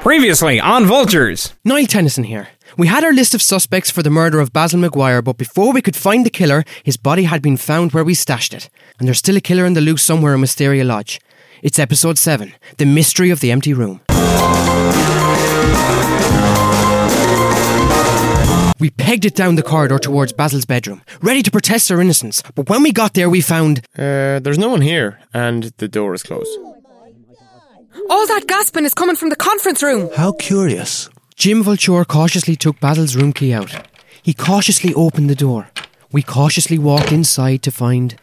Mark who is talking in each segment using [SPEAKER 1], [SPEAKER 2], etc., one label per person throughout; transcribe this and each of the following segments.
[SPEAKER 1] Previously on Vultures.
[SPEAKER 2] Niall Tennyson here. We had our list of suspects for the murder of Basil McGuire, but before we could find the killer, his body had been found where we stashed it. And there's still a killer in the loose somewhere in Mysteria Lodge. It's episode 7 The Mystery of the Empty Room. We pegged it down the corridor towards Basil's bedroom, ready to protest our innocence, but when we got there, we found.
[SPEAKER 3] Uh, there's no one here, and the door is closed.
[SPEAKER 4] All that gasping is coming from the conference room.
[SPEAKER 5] How curious.
[SPEAKER 2] Jim Vulture cautiously took Basil's room key out. He cautiously opened the door. We cautiously walked inside to find.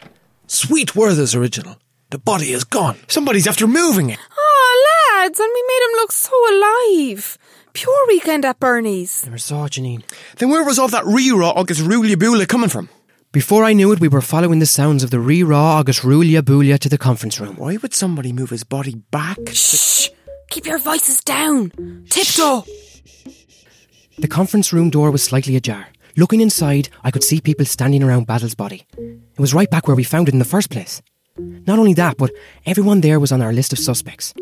[SPEAKER 5] Sweet Werther's original. The body is gone. Somebody's after moving it.
[SPEAKER 4] Oh, lads, and we made him look so alive. Pure weekend at Bernie's.
[SPEAKER 2] Never saw Janine.
[SPEAKER 3] Then where was all that re-raw August Ruliabula coming from?
[SPEAKER 2] Before I knew it, we were following the sounds of the re raw August Rulia Bulia to the conference room.
[SPEAKER 3] Why would somebody move his body back?
[SPEAKER 4] Shh! Keep your voices down. Tiptoe.
[SPEAKER 2] The conference room door was slightly ajar. Looking inside, I could see people standing around Basil's body. It was right back where we found it in the first place. Not only that, but everyone there was on our list of suspects.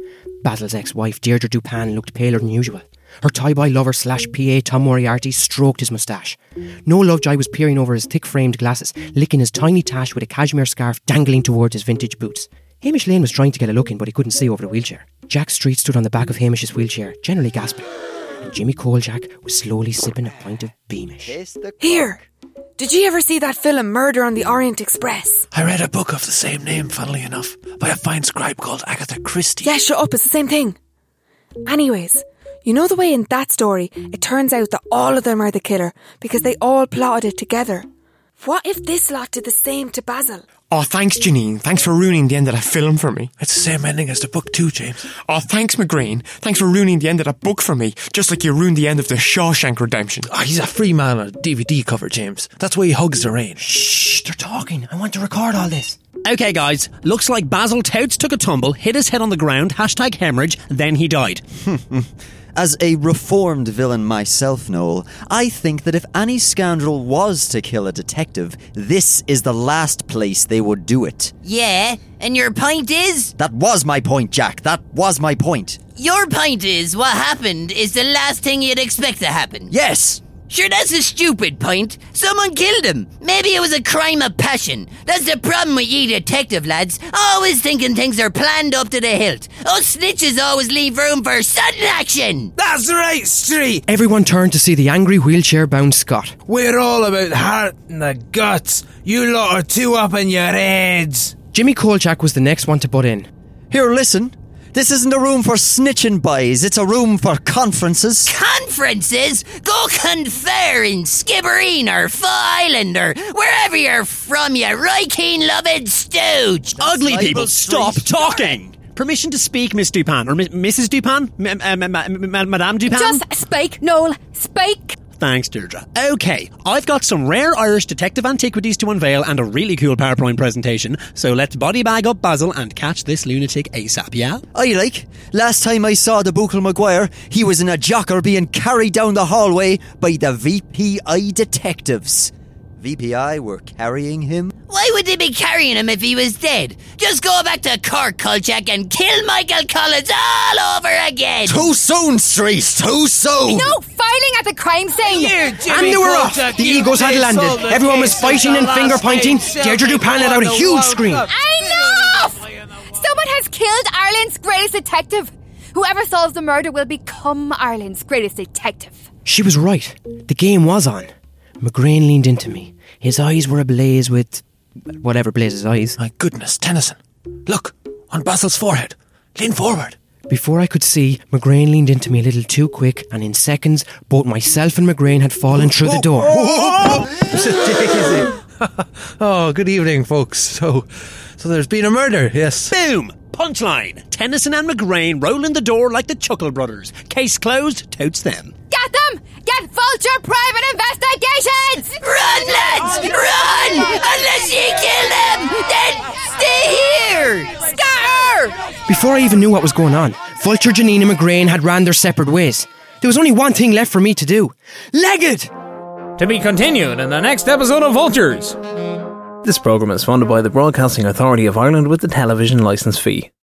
[SPEAKER 2] Basil's ex wife, Deirdre Dupin, looked paler than usual. Her tie boy lover slash PA, Tom Moriarty, stroked his moustache. No Lovejoy was peering over his thick framed glasses, licking his tiny tash with a cashmere scarf dangling towards his vintage boots. Hamish Lane was trying to get a look in, but he couldn't see over the wheelchair. Jack Street stood on the back of Hamish's wheelchair, generally gasping. And Jimmy Colejack was slowly sipping a pint of Beamish.
[SPEAKER 4] Here. Did you ever see that film Murder on the Orient Express?
[SPEAKER 5] I read a book of the same name, funnily enough, by a fine scribe called Agatha Christie.
[SPEAKER 4] Yeah, shut up. It's the same thing. Anyways, you know the way in that story it turns out that all of them are the killer because they all plotted it together. What if this lot did the same to Basil?
[SPEAKER 3] Oh, thanks, Janine. Thanks for ruining the end of that film for me.
[SPEAKER 5] It's the same ending as the book too, James.
[SPEAKER 3] Oh, thanks, McGreen. Thanks for ruining the end of that book for me, just like you ruined the end of the Shawshank Redemption.
[SPEAKER 5] Ah, he's a free man on a DVD cover, James. That's why he hugs the rain.
[SPEAKER 2] Shh, they're talking. I want to record all this.
[SPEAKER 6] Okay, guys, looks like Basil Touts took a tumble, hit his head on the ground, hashtag hemorrhage, then he died.
[SPEAKER 7] As a reformed villain myself, Noel, I think that if any scoundrel was to kill a detective, this is the last place they would do it.
[SPEAKER 8] Yeah, and your pint is?
[SPEAKER 7] That was my point, Jack. That was my point.
[SPEAKER 8] Your pint is what happened is the last thing you'd expect to happen.
[SPEAKER 7] Yes!
[SPEAKER 8] Sure, that's a stupid pint. Someone killed him. Maybe it was a crime of passion. That's the problem with ye detective lads. Always thinking things are planned up to the hilt. Us snitches always leave room for sudden action.
[SPEAKER 5] That's right, Street.
[SPEAKER 2] Everyone turned to see the angry wheelchair bound Scott.
[SPEAKER 9] We're all about heart and the guts. You lot are too up in your heads.
[SPEAKER 2] Jimmy Kolchak was the next one to butt in.
[SPEAKER 7] Here, listen. This isn't a room for snitching buys, it's a room for conferences.
[SPEAKER 8] Conferences? Go confer in Skibbereen or Fo Island or wherever you're from, you right keen loving stooge.
[SPEAKER 6] Ugly people,
[SPEAKER 7] libel
[SPEAKER 6] stop
[SPEAKER 7] street.
[SPEAKER 6] talking! Permission to speak, Miss Dupin, or mi- Mrs. Dupin? M- m- m- m- m- Madame Dupin?
[SPEAKER 4] Just spake, Noel. Spake.
[SPEAKER 6] Thanks, Deirdre. Okay, I've got some rare Irish detective antiquities to unveil and a really cool PowerPoint presentation, so let's body bag up Basil and catch this lunatic ASAP, yeah?
[SPEAKER 7] I like. Last time I saw the Buchel Maguire, he was in a jocker being carried down the hallway by the VPI detectives. VPI were carrying him?
[SPEAKER 8] Why would they be carrying him if he was dead? Just go back to Cork, Kolchak, and kill Michael Collins all over again.
[SPEAKER 7] Too soon, Street! Too soon!
[SPEAKER 4] No filing at the crime scene.
[SPEAKER 2] And they were off! The Eagles had landed. Everyone was fighting and finger pointing. Deirdre Dupin let out a huge scream.
[SPEAKER 10] Enough! Someone has killed Ireland's greatest detective. Whoever solves the murder will become Ireland's greatest detective.
[SPEAKER 2] She was right. The game was on. McGrain leaned into me. His eyes were ablaze with. whatever blazes eyes.
[SPEAKER 5] My goodness, Tennyson. Look, on Basil's forehead. Lean forward.
[SPEAKER 2] Before I could see, McGrain leaned into me a little too quick, and in seconds, both myself and McGrain had fallen through the door.
[SPEAKER 5] Oh, good evening, folks. So, so there's been a murder, yes.
[SPEAKER 6] Boom! Punchline! Tennyson and McGrain rolling the door like the Chuckle Brothers. Case closed, totes them.
[SPEAKER 10] Get them! Get Vulture Private Investigations!
[SPEAKER 8] Run, lads! Run! Unless you kill them, then stay here! Scar!
[SPEAKER 2] Before I even knew what was going on, Vulture Janine and McGrain had ran their separate ways. There was only one thing left for me to do. Leg it!
[SPEAKER 1] To be continued in the next episode of Vultures.
[SPEAKER 11] This programme is funded by the Broadcasting Authority of Ireland with the television licence fee.